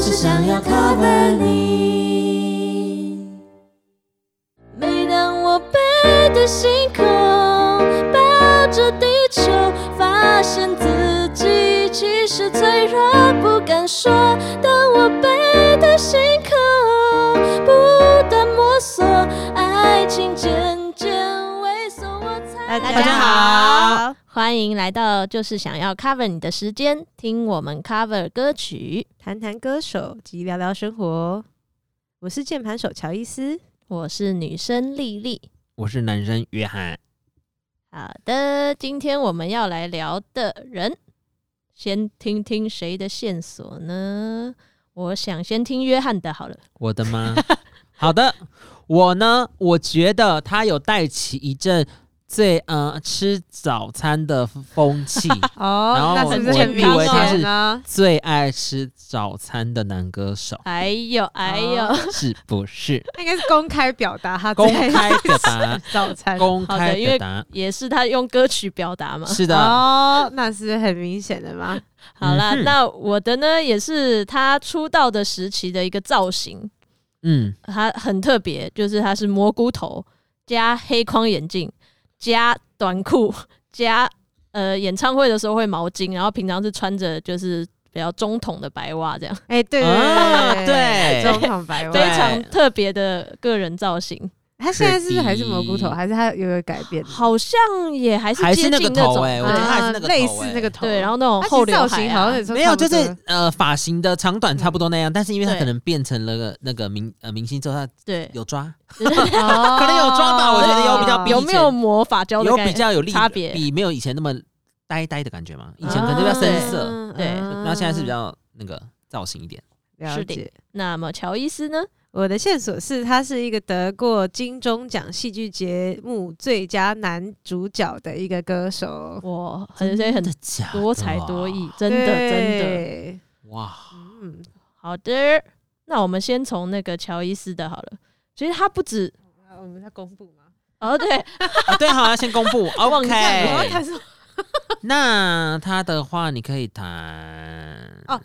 只想要 cover 你。每当我背对星空，抱着地球，发现自己其实脆弱，不敢说。当我背对星空，不断摸索，爱情渐渐萎缩，我才大家好，欢迎来到就是想要 cover 你的时间，听我们 cover 歌曲。谈谈歌手及聊聊生活。我是键盘手乔伊斯，我是女生丽丽。我是男生约翰。好的，今天我们要来聊的人，先听听谁的线索呢？我想先听约翰的好了。我的吗？ 好的，我呢，我觉得他有带起一阵最呃吃早餐的风气，哦然后那是不我是很我明以为他是显呢？最爱吃早餐的男歌手，哎呦哎呦，哦？是不是他应该是公开表达他公在开表达，早餐公好开的因为表达，也是他用歌曲表达嘛。是的，哦，那是很明显的吗？好啦，嗯哼那我的呢也是他出道的时期的一个造型，嗯，他很特别，就是他是蘑菇头加黑框眼镜加短裤加呃演唱会的时候会毛巾，然后平常是穿着就是比较中筒的白袜 这样，哎，对啊对对中场白非袜。常特别的个人造型，他现在是不是还是是的蘑菇头，还是他有有改变？好像也还是还接是那个近那头种哎，我对觉得他还是那个头啊类似哎那个头，对，然后那种他其实后刘造型海、好像啊也。说没有，差不就多是呃发型的长短差不多那样，但是因为他对可能变成了个那个明呃明星之后，他 对， 有抓，哦可能有抓吧我觉得有比较比有以没前有魔法胶的有概比较有力差别比没有以前那么呆呆的感觉嘛，以前可能就比较深色。啊对然后现在嗯是比较那个造型一点，嗯了是的解。那么乔伊斯呢？我的线索是，他是一个得过金钟奖戏剧节目最佳男主角的一个歌手，我很所以很真的假的啊多才多艺，真的真的。对哇！嗯，好的，那我们先从那个乔伊斯的好了。其实他不止啊我们要公布吗？哦， 对，啊对，好，要先公布。 忘记了我要 OK，看说那他的话你可以弹哦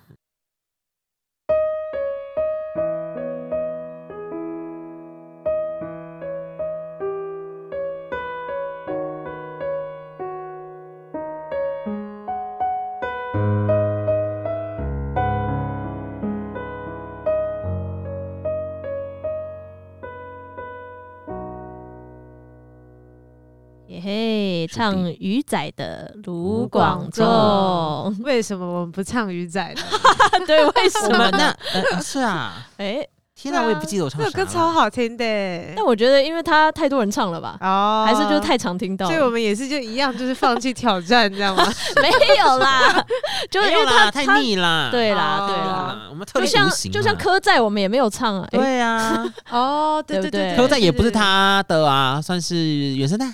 嘿嘿，是的唱鱼仔的《卢广广仲仲》为什么我们不唱鱼仔呢？ 对，为什我么们那呢？呃是啊，哎，天哪，我也不记得我唱 这首歌啥超了。好听的，但我觉得因为他太多人唱了吧，哦，还是就是太常听到所以我了，们也是就一样，就是放弃挑战，这样 吗？没有 啦，就是没因有为啦，他太他腻啦。对啦哦对啦，啊，我们特就立像独行啊就像科在我们也没有唱啊，哎对啊，哦，对对对科仔也不是他的啊，算是原声带，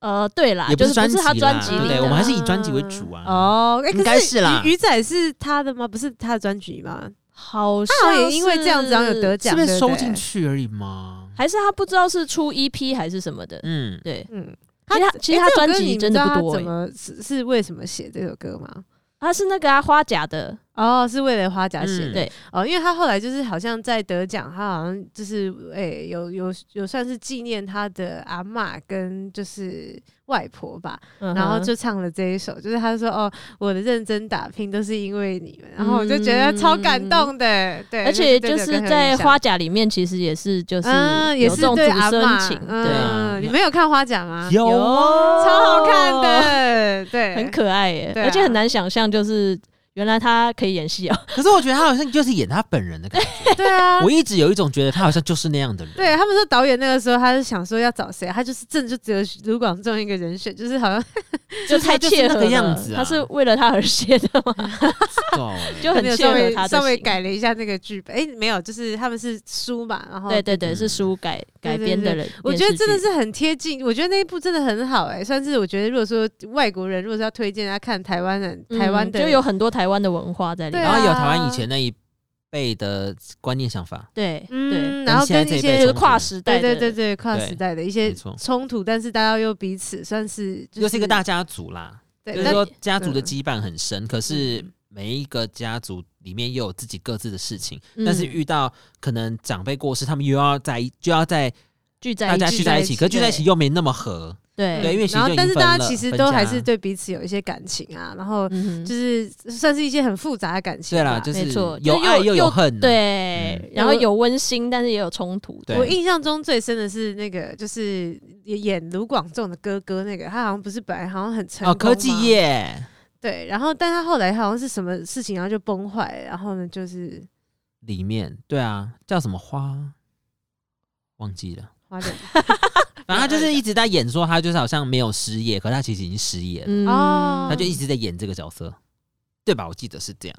呃，对啦，也就不是不专是辑他啦，专辑对不里对？的我们还啊，是以专辑为主啊。哦，哎，可应该是啦鱼鱼仔是他的吗？不是他的专辑吗？好他好像像也因为这样子，然后有是得是奖，不对是不收对进？去而已嘛？还是他不知道是出 EP 还是什么的，嗯，对。嗯，其实他其实他诶这首专歌辑你真的知不道他多怎诶么是是为什么写这首歌吗？他是那个啊花甲的，哦，是为了花甲写的、嗯对哦，因为他后来就是好像在得奖，他好像就是诶、有有有算是纪念他的阿嬷跟就是外婆吧，嗯哼然后就唱了这一首，就是他说哦，我的认真打拼都是因为你们，然后我就觉得超感动的，对，而且就是在花甲甲里面，其实也是就是嗯，也有是这种祖对阿孙嬷情，对对，啊嗯，你们有看花甲吗？有超好看，的，对，很可爱耶，对啊而且很难想象，就是原来他可以演戏哦，可是我觉得他好像就是演他本人的感觉。对啊，我一直有一种觉得他好像就是那样的人。对他啊们说导演那个时候，他是想说要找谁，他就是真的就只有卢广仲一个人选， 就是好像就就是他太就是切合那个了样子啊他是为了他而写 的吗？哦，就很没有切稍合微他的稍微型改了一下那个剧本，哎、没有，就是他们是书嘛，然后对对对，嗯是书改改对对编的人，我觉得真的电视剧是很贴近，我觉得那一部真的很好哎、算是我觉得如果说外国人如果是要推荐大家看台湾人、嗯台湾的，就有很多台湾的文化在里对然面，啊后有台湾以前那一辈的观念想法，对对，嗯，然后跟跟现一在这一辈就些是跨时代对的，对对对跨时代的一些没错冲突，但是大家又彼此算是就又是一个大家族啦，对就是那说家族的羁绊很深，可是每一个家族里面又有自己各自的事情，嗯但是遇到可能长辈过世，他们又要在一就要在聚在大一家起，聚在一起，可是聚在一起对又没那么合，对对因为其实然后就已但是经分大家了其实分都还家是对彼此有一些感情啊，然后嗯哼就是算是一些很复杂的感情对吧。啦，就是没错有就爱又又有又恨啊，对嗯，然后有温馨，但是也有冲突，对我印象中最深的是那个，就是演卢广仲的哥哥那个，他好像不是本来好像很成功、啊哦，科技，业对，然后但他后来好像是什么事情，然后就崩坏了，然后呢就是里面，对啊，叫什么花？忘记了，花莲反正他就是一直在演说，他就是好像没有失业，可是他其实已经失业了。嗯哦他就一直在演这个角色，对吧？我记得是这样。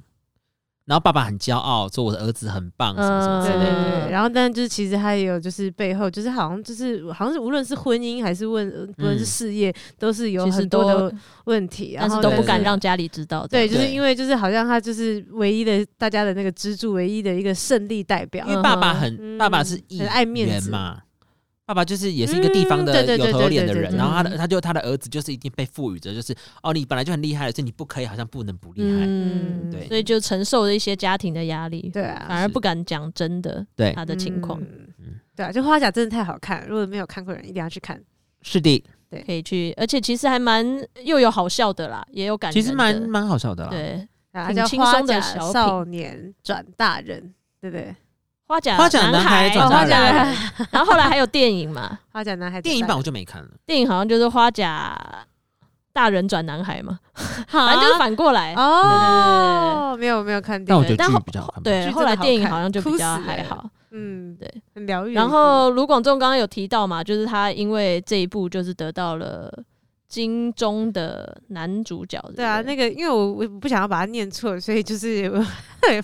然后爸爸很骄傲，说我的儿子很棒，什么什嗯么对之嗯对类的。对对，然后但就是其实他也有就是背后就是好像就是好像是无论是婚姻还是问无论嗯是事业，都是有其实很多都的问题，然但后是都不对敢对让家里知道，对，这就样是对因为就是好像他就是唯一的大家的那个支柱，唯一的一个胜利代表因。为爸爸嗯很，爸爸是嗯艺很爱面人子嘛，爸爸就是也是一个地方嗯对的对对有头有脸的对对人。对然后他嗯的他就他的儿子就是一定被赋予着，就是哦，你本来就很厉害了，所以你不可以，好像不能不厉害。嗯，对所以就承受了一些家庭的压力，对啊，反而不敢讲真的，对他的情况、嗯对啊，就花甲真的太好看，如果没有看过的人一定要去看。是的，可以去，而且其实还蛮又有好笑的啦，也有感其人的，实蛮蛮好笑的啦。对。啊，它挺叫轻花松的甲小品少年转大人，对不对？花甲花甲男孩转哦花大甲人男人，孩，然后后来还有电影嘛，花甲男孩转大人，电影版我就没看了。电影好像就是花甲大人转男孩嘛，反正就是反过来。哦，啊没有没有看但电我影，觉得但剧后比较好看吧。对，剧后来真的好电影看好像就哭比较死还了好。嗯，对，很疗愈。然后卢广仲刚刚有提到嘛，就是他因为这一部就是得到了金钟的男主角。对啊，不那个因为我我不想要把它念错，所以就是 我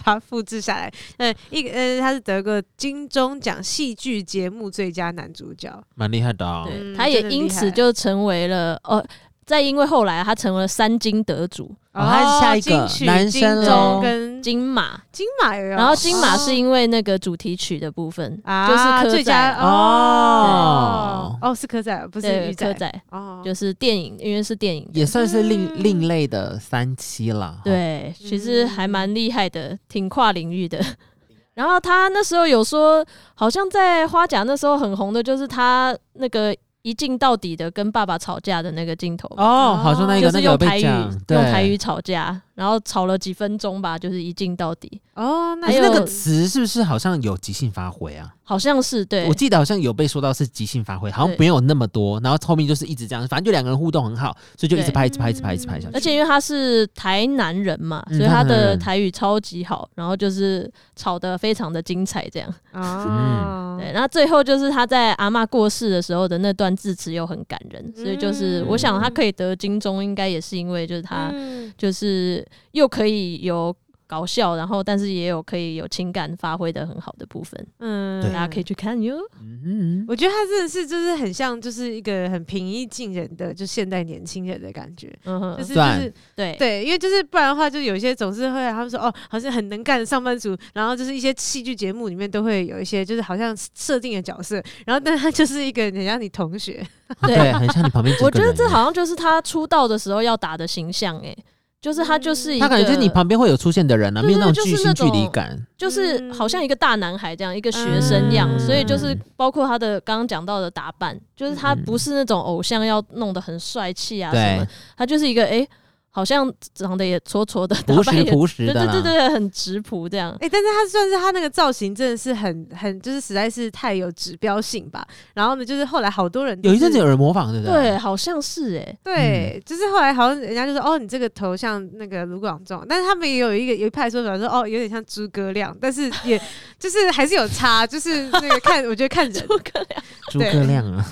把它复制下来。呃，一个呃，他是得过金钟奖戏剧节目最佳男主角。蛮厉害的啊。对，嗯他也因此就成为了哦。再因为后来啊他成为了三金得主，哦他是下一个金曲男生金咯钟跟金马，金马也有，然后金马是嗯哦因为那个主题曲的部分，啊，就是最柯佳仔，哦哦，是柯仔，不是对，鱼柯仔哦，就是电影，因为是电影的，也算是另、嗯另类的三期啦。对，其实还蛮厉害的，挺跨领域的。 然后他那时候有说，好像在花甲那时候很红的，就是他那个一镜到底的跟爸爸吵架的那个镜头嘛，哦，好像那就个是那个有用被台语讲，用对台语吵架，然后吵了几分钟吧，就是一镜到底，哦，那还可是是有那个词是不是好像有即兴发挥啊？好像是对我，记得好像有被说到是即兴发挥，好像对没有那么多。然后后面就是一直这样，反正就两个人互动很好，所以就一直对拍，一直拍，一直拍，一直拍下去而。且因为他是台南人嘛，嗯所以他的他台南人台语超级好，然后就是吵得非常的精彩，这样。哦，对，那最后就是他在阿嬷过世的时候的那段致辞又很感人，所以就是嗯我想他可以得金钟，应该也是因为就是他嗯就是又可以有搞笑，然后但是也有可以有情感发挥的很好的部分，嗯对大家可以去看哟。嗯，嗯我觉得他真的是就是很像，就是一个很平易近人的，就现代年轻人的感觉，嗯就哼，是就赞是对对，因为就是不然的话，就有一些总是会他们说哦，好像很能干的上班族，然后就是一些戏剧节目里面都会有一些就是好像设定的角色，然后但他就是一个人家你同学，对，很像你旁边这个我人。觉得这好像就是他出道的时候要打的形象、欸，就是他就是一个，嗯他感觉就是你旁边会有出现的人啊，对没有那对种对巨就是那星距种离感。嗯就是好像一个大男孩这样一个学嗯生样，嗯所以就是包括他的刚刚讲到的打扮，就是他嗯不是那种偶像要弄得很帅气啊什对么，，他就是一个诶，好像长得也挫 挫的，打朴扮实也朴实对的对啦。对对，很直朴这 样。哎、但是他算是他那个造型真的是很很就是实在是太有指标性吧，然后呢就是后来好多人都有一阵是子有嗯人模仿，对不啊对，？好像是诶，对，就是后来好像人家就说，哦，你这个头像那个卢广仲，但是他们也有一个有一派说法说，哦，有点像诸葛亮，但是也就是还是有差，就是那个看，我 觉得看人，诸葛亮。诸葛亮啊，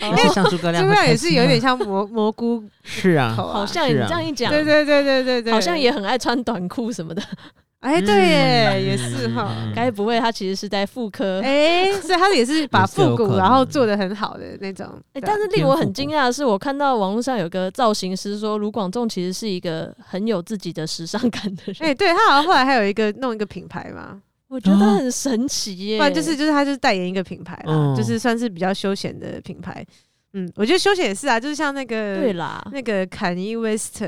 也 是像诸葛亮，诸会葛亮也开是心有啊点像蘑蘑菇是啊头，啊，好像你是啊这样一讲，对对对对对对，好像也很爱穿短裤什么的。哎，对耶，也是嗯哈。嗯该不会他其实是在妇科？诶，哎、所以他也是把也是有复古可，能然后做的很好的那种。对啊哎但是令我很惊讶的是，我看到网络上有个造型师说，卢广仲其实是一个很有自己的时尚感的人。哎、对他好像后来还有一个弄一个品牌嘛，我觉得很神奇耶、不然就是就是他就是代言一个品牌啦，嗯就是算是比较休闲的品牌。嗯，我觉得休闲也是啊，就是像那个对啦，那个 Kanye West，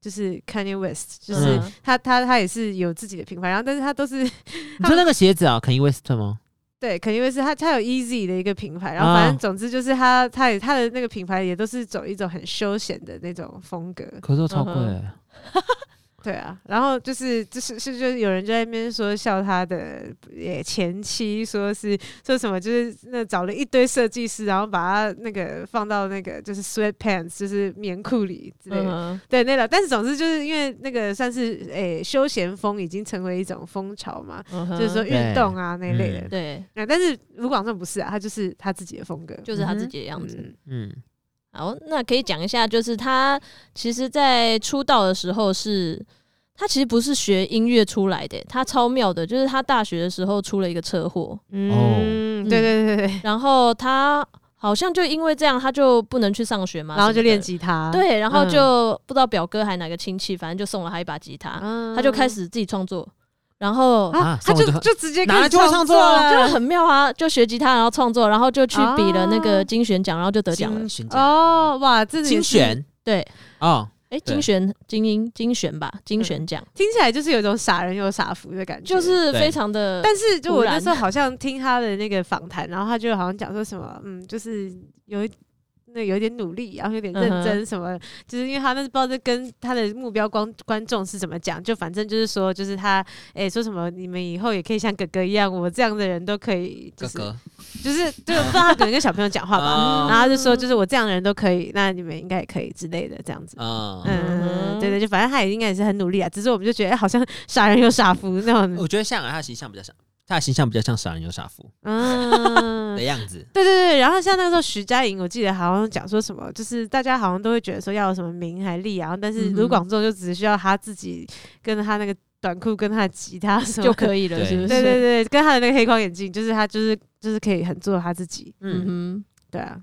就是 Kanye West，就是嗯他他他也是有自己的品牌，然后但是他都是 你说那个鞋子啊，Kanye West 吗？对 Kanye West，他他有 Easy 的一个品牌，然后反正总之就是他他也他的那个品牌也都是走一种很休闲的那种风格，可是都超贵、嗯对啊，然后就是就是是就是有人就在那边说笑他的也前妻，说是说什么就是那找了一堆设计师，然后把他那个放到那个就是 sweatpants 就是棉裤里之类的，嗯对那个，但是总之就是因为那个算是诶、休闲风已经成为一种风潮嘛，嗯哼就是说运动啊那一类的嗯，对，啊，但是卢广仲不是啊，他就是他自己的风格，就是他自己的样子。嗯嗯，好，那可以讲一下，就是他其实，在出道的时候是，他其实不是学音乐出来的，他超妙的，就是他大学的时候出了一个车 祸，哦嗯，对对对对对，然后他好像就因为这样，他就不能去上学嘛，然后就练什吉他，么的。嗯对，然后嗯就不知道表哥还哪个亲戚，反正就送了他一把吉他，嗯，啊他就开始自己创作，然后啊啊，他送就我就就直接拿开了始就会唱创作了就很妙啊，就学吉他，然后创作，然后就去比了那哦个金选奖，然后就得奖了金。选奖哦，哇，这金选对，哦，哎，对金选精英金选吧，金选奖听起来就是有一种傻人有傻福的感觉，就是对非常的，但是就我突然那时候好像听他的那个访谈，然后他就好像讲说什么，嗯，就是有一那有点努力，然后有点认真什么，就是因为他那是不知道在跟他的目标观观众是怎么讲，就反正就是说，就是他哎、说什么你们以后也可以像哥哥一样，我这样的人都可以，哥就是哥就是对，我不知道他可能跟小朋友讲 话吧，啊然后他就说就是我这样的人都可以，那你们应该也可以之类的这样哦嗯子。嗯，嗯对对，就反正他也应该也是很努力啊，只是我们就觉得、哎好像傻人有傻福那种，哦我觉得香港他的形象比较像，他的形象比较像傻人有傻福 嗯的，样子。对对对，然后像那时候徐佳莹，我记得好像讲说什么，就是大家好像都会觉得说要有什么名还利啊，然后但是嗯哼卢广仲就只需要他自己跟着他那个短裤跟他的吉他什么就以。可以了，对是不是？对对对，跟他的那个黑框眼镜，就是他就是就是可以很做他自己。嗯嗯，哼。对啊，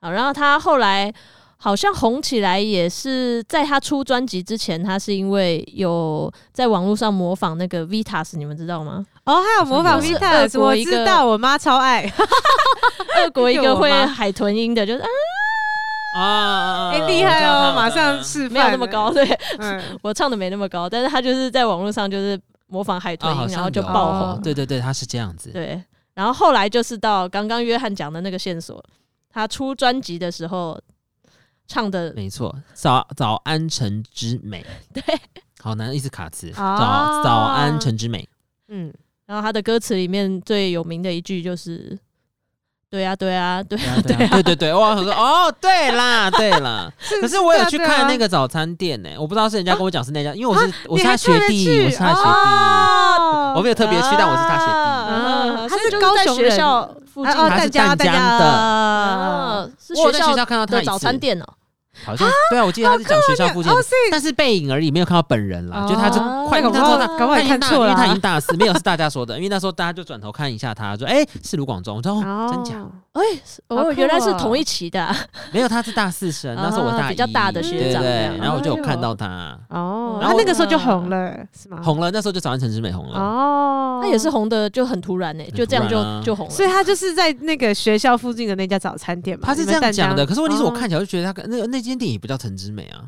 好，然后他后来好像红起来也是在他出专辑之前，他是因为有在网络上模仿那个 Vitas，你们知道 吗？哦，还有模仿 v i 有 t 啊 a 俄我国一个知道，我妈超爱。俄国一有个吗会海豚音的，就是、啊、嗯啊，哎，厉害哦，马上是示范。没有那么高，。对嗯，我唱的没那么高，但是他就是在网络上就是模仿海豚啊，音，好像然后就有爆红。哦对对对，他是这样子。对，然后后来就是到刚刚约翰讲的那个线索，他出专辑的时候唱的没错，早早安晨之美，对，哦好难，一直卡词。啊早早安晨之美，嗯，然后他的歌词里面最有名的一句就是“对啊，对啊，对对啊啊，对啊，对对对，哇，我说哦，对啦，对啦。可是我有去看那个，个早餐店呢，我不知道是人家跟我讲是那家，因为我啊是我你是他还学特别弟，去我是他学弟，哦我没有特别去，但我是他学弟。啊嗯所以他是就是高在雄学人校附近啊哦他是淡江淡淡江江的，啊啊，是我学有在学校校看到他的一早餐次店哦。好像对啊，我记得他是讲学校附哦近的，但是背影而已，没有看到本人啦。就他就哦快搞跟不他说好他搞不好他也已经看大错了因为啊，他已经大四，没有是大家说的，因为那时候大家就转头看一下他，说：“哎、是卢广仲。”我说：“哦，真假？哎，好哦，酷原来是哦同一期的啊，没有，他是大四生，那时候我大哦一，比较大的学长对这对样哎对，然后我就有看到他哦，然他后那个时候就红了，是吗？红了，那时候就早安陈之美红了。哦，他也是，红的就很突然呢，欸就这样突然啊就就红了。所以他就是在那个学校附近的那家早餐店嘛。他是这样讲的，可是问题是我哦看起来就觉得他跟那个那间店也不叫陈之美啊，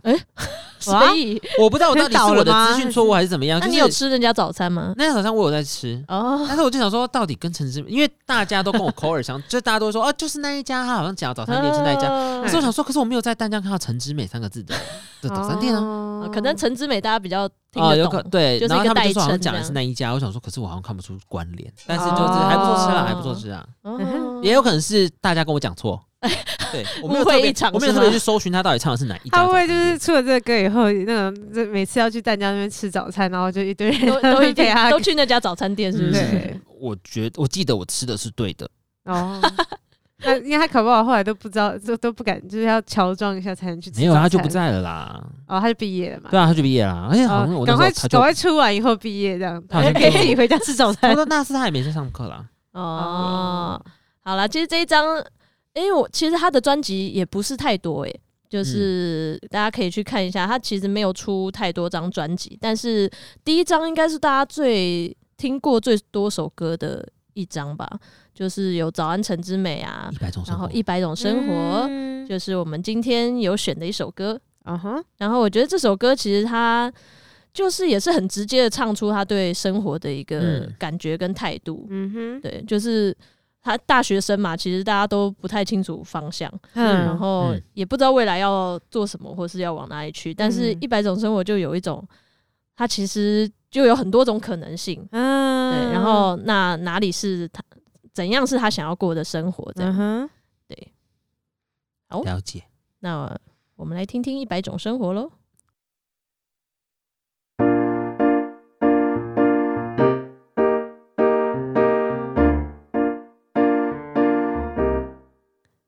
所以，啊我不知道我到底是我的倒了吗资讯错误还是怎么样。那就你有是吃人家早餐吗？那天早上我有在吃，哦，但是我就想说，到底跟陈之美，因为大家都跟我口耳相，就大家都会说哦，就是那一家，他好像讲早餐店是那一家。啊可是我想说，可是我没有在淡江看到陈之美三个字 的的早餐店啊。啊啊可能陈之美大家比较哦听啊，有得可懂，对，就是然后一个他们就代说好像称讲的这是样那一家，我想说，可是我好像看不出关联，但是哦就是还不错吃啦，还不错吃啊，哦也有可能是大家跟我 讲错，对，我没有误会特别一场，我没有是特别吗去搜寻他到底唱的是哪一家他早会餐不会就是店，出了这个歌以后，那种就每次要去淡江那边吃早餐，然后就一堆 人都都一 陪定他都去那家早餐店，是不是？对我觉得我记得我吃的是对的， 哦。那因为他搞不好后来都不知道，都都不敢，就是要乔装一下才能去吃。没有啊他就不，在了啦，哦，他就毕业了嘛。对啊，他就毕业啦，而且好像哦我赶那快时候他就赶，快出完以后毕业这样，他好像可 以就 自己回家吃早我 餐。说那是他也没在上课啦，哦，好啦，其实这一张，因为我其实他的专辑也不是太多诶、就是大家可以去看一下，他其实没有出太多张专辑，但是第一张应该是大家最听过最多首歌的一张吧，就是有《早安晨之美》啊一，百种生然后活《一百种生活》嗯就是我们今天有选的一首歌，嗯哼，然后我觉得这首歌其实他就是也是很直接的唱出他对生活的一个嗯感觉跟态度。嗯哼，对，就是他大学生嘛，其实大家都不太清楚方向，嗯，然后嗯也不知道未来要做什么或是要往哪里去。但是嗯一百种生活就有一种，它其实就有很多种可能性。对，嗯，然后那哪里是他怎样是他想要过的生活？这样，嗯 哼，哦了解。那我们来听听一百种生活喽。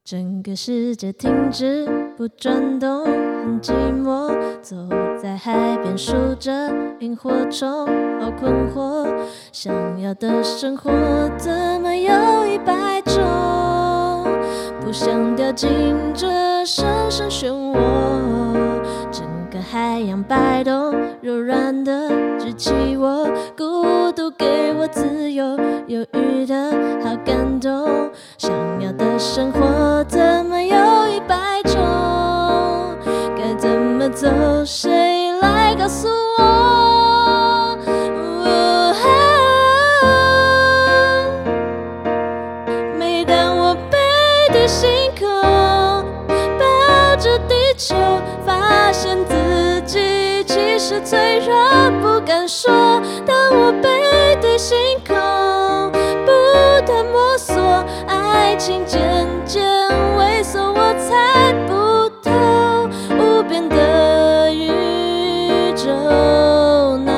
整个世界停止不转动，很寂寞。走在海边数着萤火虫，好困惑。想要的生活怎么有一百种？不想掉进这深深漩涡，整个海洋摆动，柔软的举起我，孤独给我自由，犹豫的好感动，想要的生活怎么有一百种？该怎么走？谁来告诉我？哦啊每当我背对星空，抱着地球，发现自己其实脆弱，不敢说。当我背对星空，不断摸索，爱情渐渐萎缩，我猜不透无边的宇宙哪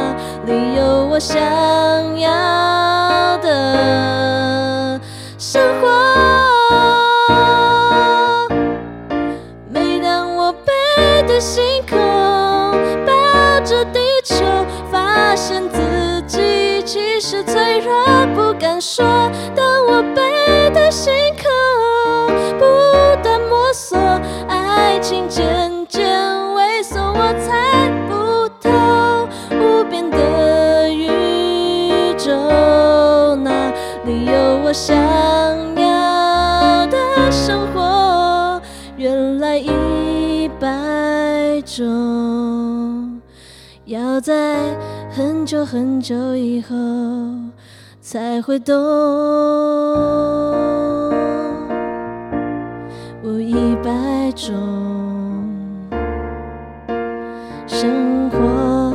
里有我想要的。生活。每当我背对星空，抱着地球，发现自己其实脆弱，不敢说。当我背对星空，不断摸索，爱情渐渐萎缩，我猜不透无边的宇宙哪里有我想要的生活？原来一百种，要在很久很久以后才会懂。我一百种生活。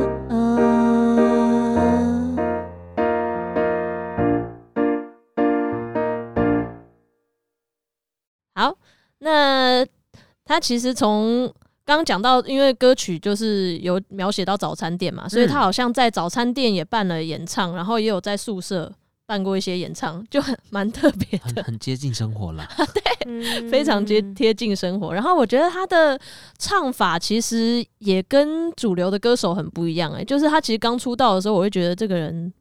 好，那他其实从刚讲到，因为歌曲就是有描写到早餐店嘛，所以他好像在早餐店也办了演唱，然后也有在宿舍办过一些演唱，就很蛮特别很的，很接近生 活啦。非常接嗯贴近生活。然后我觉得他的唱法其实也跟主流的歌手很不一样、欸，就是他其实刚出道的时候，我会觉得这个人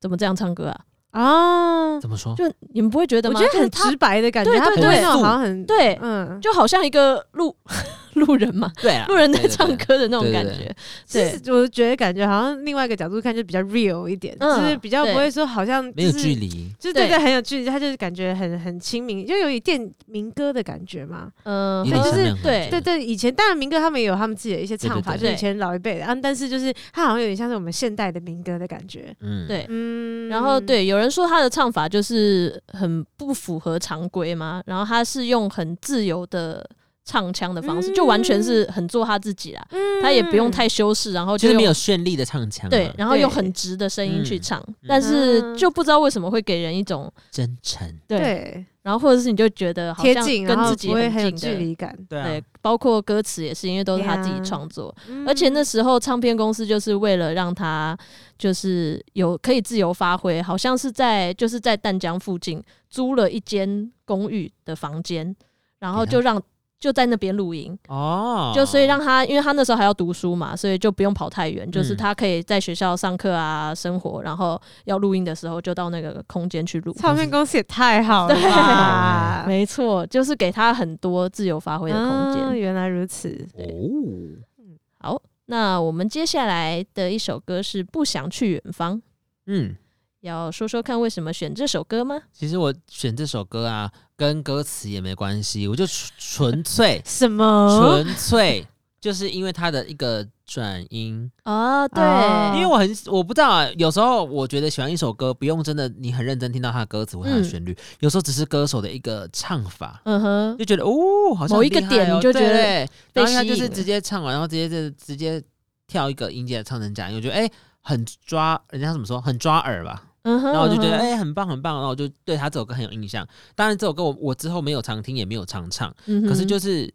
怎么这样唱歌啊？哦，怎么说？就你们不会觉得我吗？觉得就是很他直白的感觉，对他不对会对那种好像很，对，嗯，就好像一个路 路人嘛，对啊路人在唱歌的那种对对感对觉。其实我觉得感觉好像另外一个角度看就比较 real 一点，嗯就是比较不会说好像、就是、没有距，离，就是对对对很有距离，他就是感觉很很亲民，就有一点民歌的感觉嘛。嗯，有点就像是那样的对感对觉对，以前当然民歌他们也有他们自己的一些唱法，对对对就是以前老一辈的，嗯，但是就是他好像有点像是我们现代的民歌的感觉，嗯，对嗯，然后，对，有人说他的唱法就是很不符合常规嘛，然后他是用很自由的唱腔的方式，就完全是很做他自己啦，嗯他也不用太修饰，然后就就是没有用绚丽的唱腔啊，对，然后用对很直的声音去嗯唱，但是嗯就不知道为什么会给人一种真诚，对，对然后或者是你就觉得好贴像近，然跟后自己不会很有很距近的。离感，对啊对，包括歌词也是，因为都是他自己 Yeah 创作。嗯而且那时候唱片公司就是为了让他就是有可以自由发挥，好像是在就是在淡江附近租了一间公寓的房间，然后就让就在那边露营，哦，就所以让他因为他那时候还要读书嘛，所以就不用跑太远，就是他可以在学校上课啊、生活，然后要录音的时候就到那个空间去录。唱片公司也太好了吧， 没错，就是给他很多自由发挥的空间。嗯原来如此，哦，好，那我们接下来的一首歌是《不想去远方》。嗯，要说说看为什么选这首歌吗？其实我选这首歌啊，跟歌词也没关系，我就纯纯粹哦什么？纯粹就是因为他的一个转音，啊，对，哦因为我很我不知道啊，有时候我觉得喜欢一首歌，不用真的你很认真听到他的歌词或他的嗯旋律，有时候只是歌手的一个唱法，嗯哼，就觉得哦，好像某一个很厉害点哦你就觉得对被然后他吸就引了是直接唱完，然后直接就直接跳一个音阶唱成这样，我觉得哎、很抓，人家怎么说，很抓耳吧。嗯哼，然后我就觉得嗯哼哎、很棒很棒，然后我就对他这首歌很有印象。当然这首歌我我之后没有常听，也没有常唱，嗯哼可是就是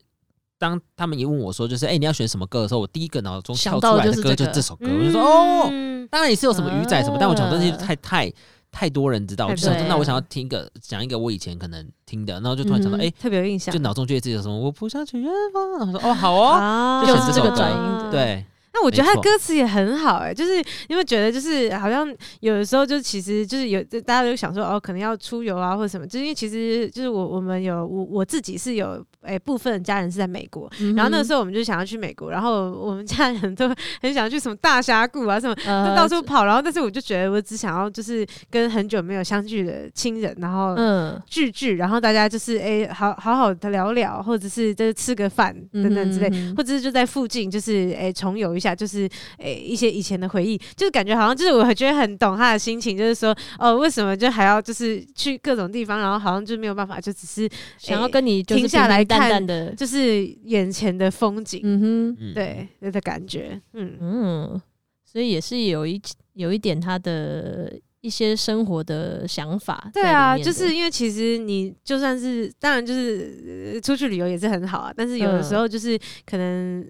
当他们一问我说就是哎、你要选什么歌的时候，我第一个脑中想跳到出来就是的歌这就个这首歌，嗯我就说哦，嗯当然也是有什么鱼仔什么，但我想这些啊太太太多人知道，我太就想多说人那我想要听一个讲一个我以前可能听的，然后就突然想到嗯哎、哼特别有印象就。脑中觉得自己有什么我不想去远方，然后说哦好哦，啊就选这首歌就是这个转音的对，那我觉得没他的错歌词也很好哎、就是你有没有觉得，就是好像有的时候，就其实就是有大家都想说哦，可能要出游啊或者什么，就是因为其实就是我我们有我我自己是有哎、部分家人是在美国，嗯然后那个时候我们就想要去美国，然后我们家人都很想要去什么大峡谷啊什么，候、就呃到处跑，然后但是我就觉得我只想要就是跟很久没有相聚的亲人，然后嗯聚聚，然后大家就是哎、好好好的聊聊，或者是就是吃个饭等等之类，嗯哼嗯哼或者是就在附近就是哎、重游一下，就是哎、一些以前的回忆，就是感觉好像就是我觉得很懂他的心情，就是说哦为什么就还要就是去各种地方，然后好像就没有办法，就只是想要跟你就是停下来平平淡淡看的，就是眼前的风景，嗯哼，嗯，对的感觉，嗯。嗯，所以也是有一有一点他的一些生活的想法在对里面的，啊，就是因为其实你就算是当然就是、呃出去旅游也是很好啊，但是有的嗯时候就是可能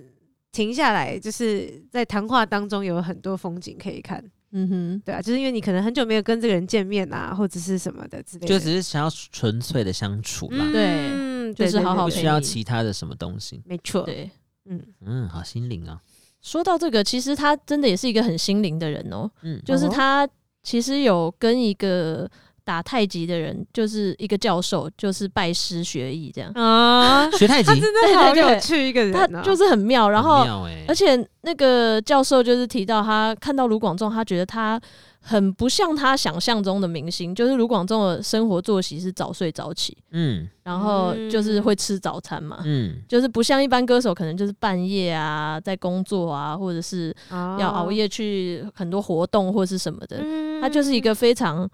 停下来，就是在谈话当中有很多风景可以看，嗯哼。对啊，就是因为你可能很久没有跟这个人见面啊，或者是什么的之类的，就只是想要纯粹的相处啦，对嗯就是好好不对对需陪要你其他的什么东西。没错，对，嗯，嗯，好心灵啊，说到这个，其实他真的也是一个很心灵的人哦、嗯，就是哦他其实有跟一个打太极的人，就是一个教授，就是拜师学艺这样。 啊，学太极他真的 好对对对有趣一个人、他啊，就是很妙，然很后妙欸而且那个教授就是提到他看到卢广仲，他觉得他很不像他想象中的明星，就是卢广仲的生活作息是早睡早起，嗯然后就是会吃早餐嘛，嗯， 就是不像一般歌手可能就是半夜啊在工作啊，或者是要熬夜去很多活动或是什么的，哦嗯，他就是一个非常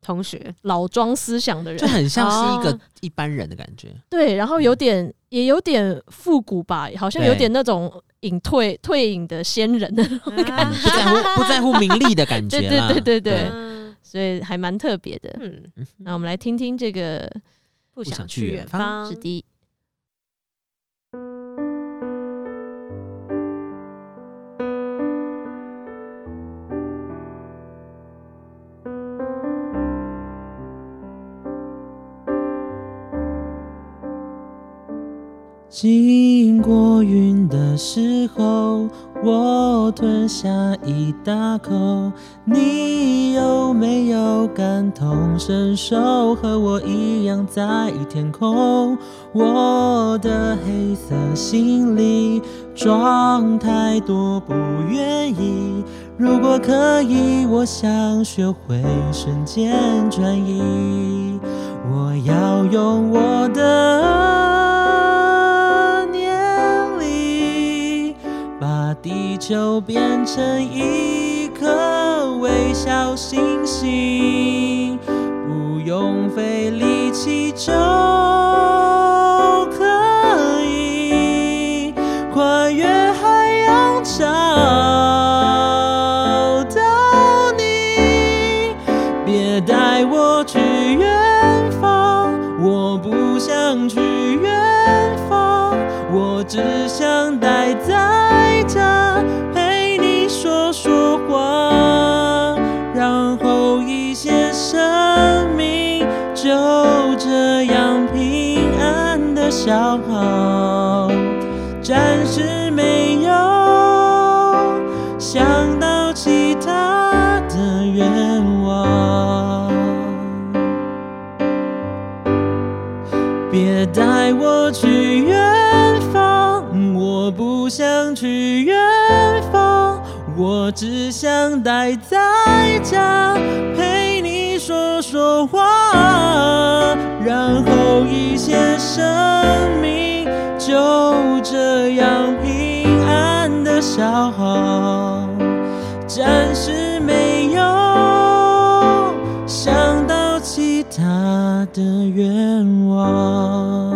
同学，老庄思想的 就人，很像是一哦个一般人的感 觉。对，然后有点也有点复古吧，好像有嗯对点那种隐退退隐的仙人的那啊种感觉嗯不在乎不在乎名利的感觉啦，对对对对对嗯所以还蛮特别的。嗯，那我们来听听这个不想嗯想去去远远方方是，的，经过云的时候，我吞下一大口。你有没有感同身受？和我一样在天空，我的黑色行李装太多，不愿意。如果可以，我想学会瞬间转移。我要用我的念力，把地球变成一颗微小星星，不用费力气就可以跨越海洋，找到你。别带我去远方，我不想去远方，我只想待在家陪你说说话，然后一些生命就这样平安的消耗，暂时没有。想到其他的愿望。别带我去远方，我不想去远方，我只想待在家陪你说说话，然后一些生命就这样平消耗，暂时没有想到其他的愿望。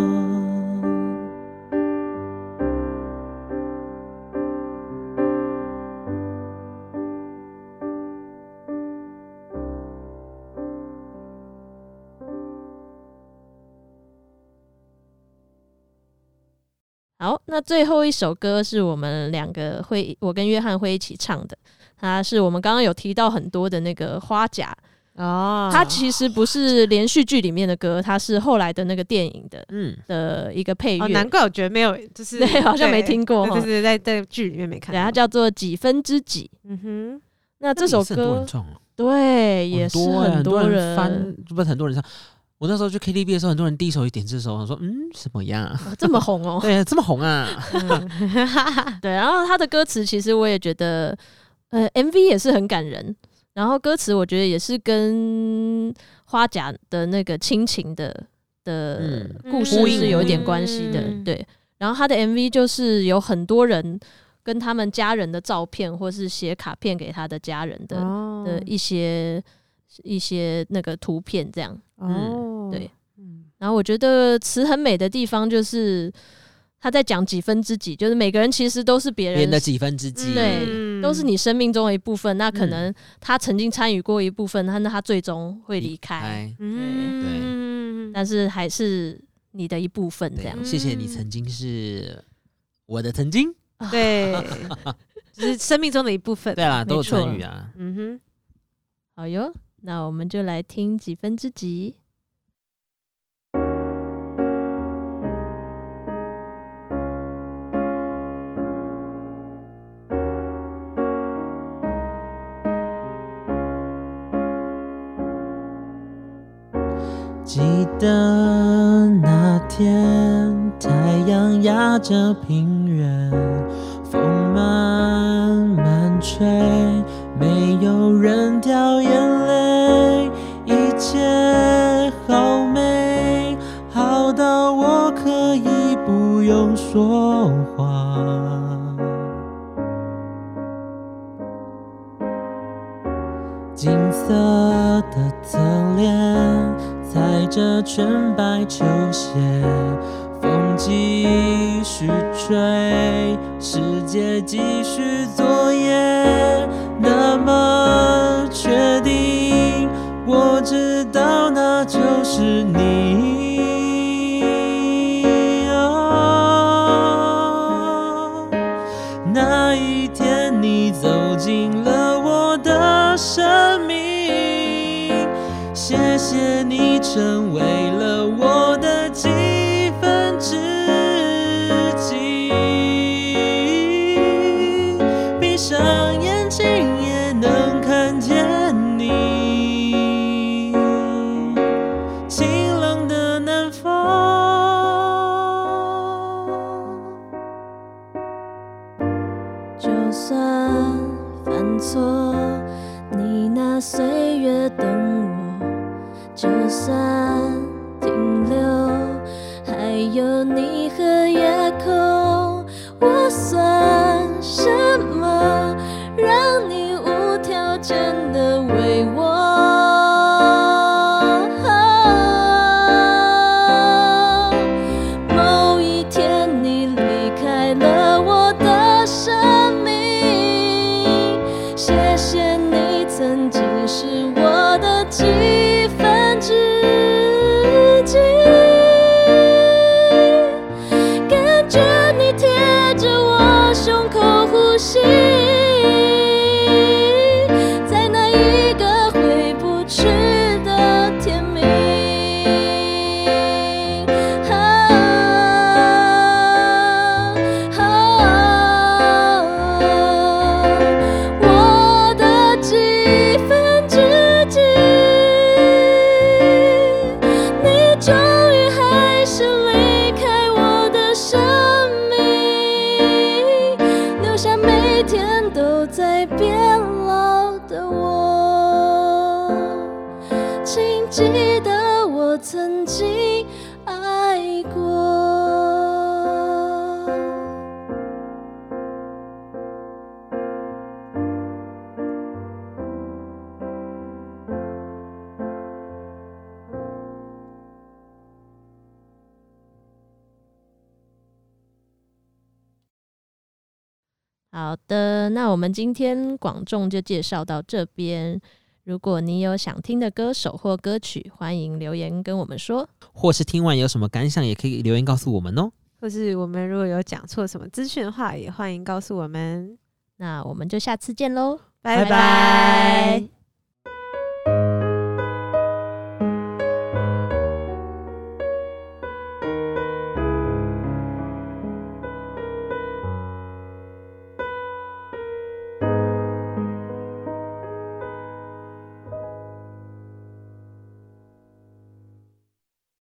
好，那最后一首歌是我们两个会，我跟约翰会一起唱的。它是我们刚刚有提到很多的那个花甲，啊哦，它其实不是连续剧里面的歌，它是后来的那个电影的嗯，的一个配乐。哦，难怪我觉得没有，就是对好像没听过对哈对对，在在剧里面没看对，它到。叫做《几分之几》。嗯哼，那这首也是很多歌人，唱啊，对，也很是多欸很哦多人翻，不是很多人唱。我那时候去 KTV 的时候，很多人第一首一点这首，我说嗯，什么样 啊？哦 这么红 哦。对，这么红啊？ 嗯 对，然后他的歌词其实我也觉得，呃，MV 也是很感人，然后歌词我觉得也是跟花甲的那个亲情的的嗯故呼事应是有一点关系的，嗯对。然后他的 MV 就是有很多人跟他们家人的照片，或是写卡片给他的家人的、哦的一些一些那个图片这样。哦，对嗯，然后我觉得词很美的地方就是他在讲几分之几，就是每个人其实都是别别人人的几分之几？对嗯都是你生命中的一部分。那可嗯能他曾经参与过一部分，那那他最终会离开，哎，嗯，但是还是你的一部分这对样。，谢谢你曾经是我的曾经。对，就是生命中的一部分。对啦，没都有错参与啊。嗯哼，好哟，那我们就来听几分之几。记得那天，太阳压着平原，风慢慢吹，没有人掉眼泪，一切好美，好到我可以不用说话。金色的侧脸，踩着纯白球鞋，风继续吹，世界继续作业。那么确定，我知道那就是你。哦那一天你走进了我的生命，谢谢你成为了我的几分之几。闭上眼睛也能看见你，晴朗的南方。就算犯错，你那岁月等我；就算停留，还有你和夜空，我算什么？让你无条件的为我。 某一天你离开了我的生命，谢谢你曾经是我的几分之几。感觉你贴着我胸口呼吸，在那一个回不去的甜蜜。啊啊我的几分之几，你终于还是离开我的生命，留下每天都在变老的我。请记得我曾经爱过。好的，那我们今天广众就介绍到这边。如果你有想听的歌手或歌曲，欢迎留言跟我们说。或是听完有什么感想，也可以留言告诉我们哦。或是我们如果有讲错什么资讯的话，也欢迎告诉我们。那我们就下次见喽，拜拜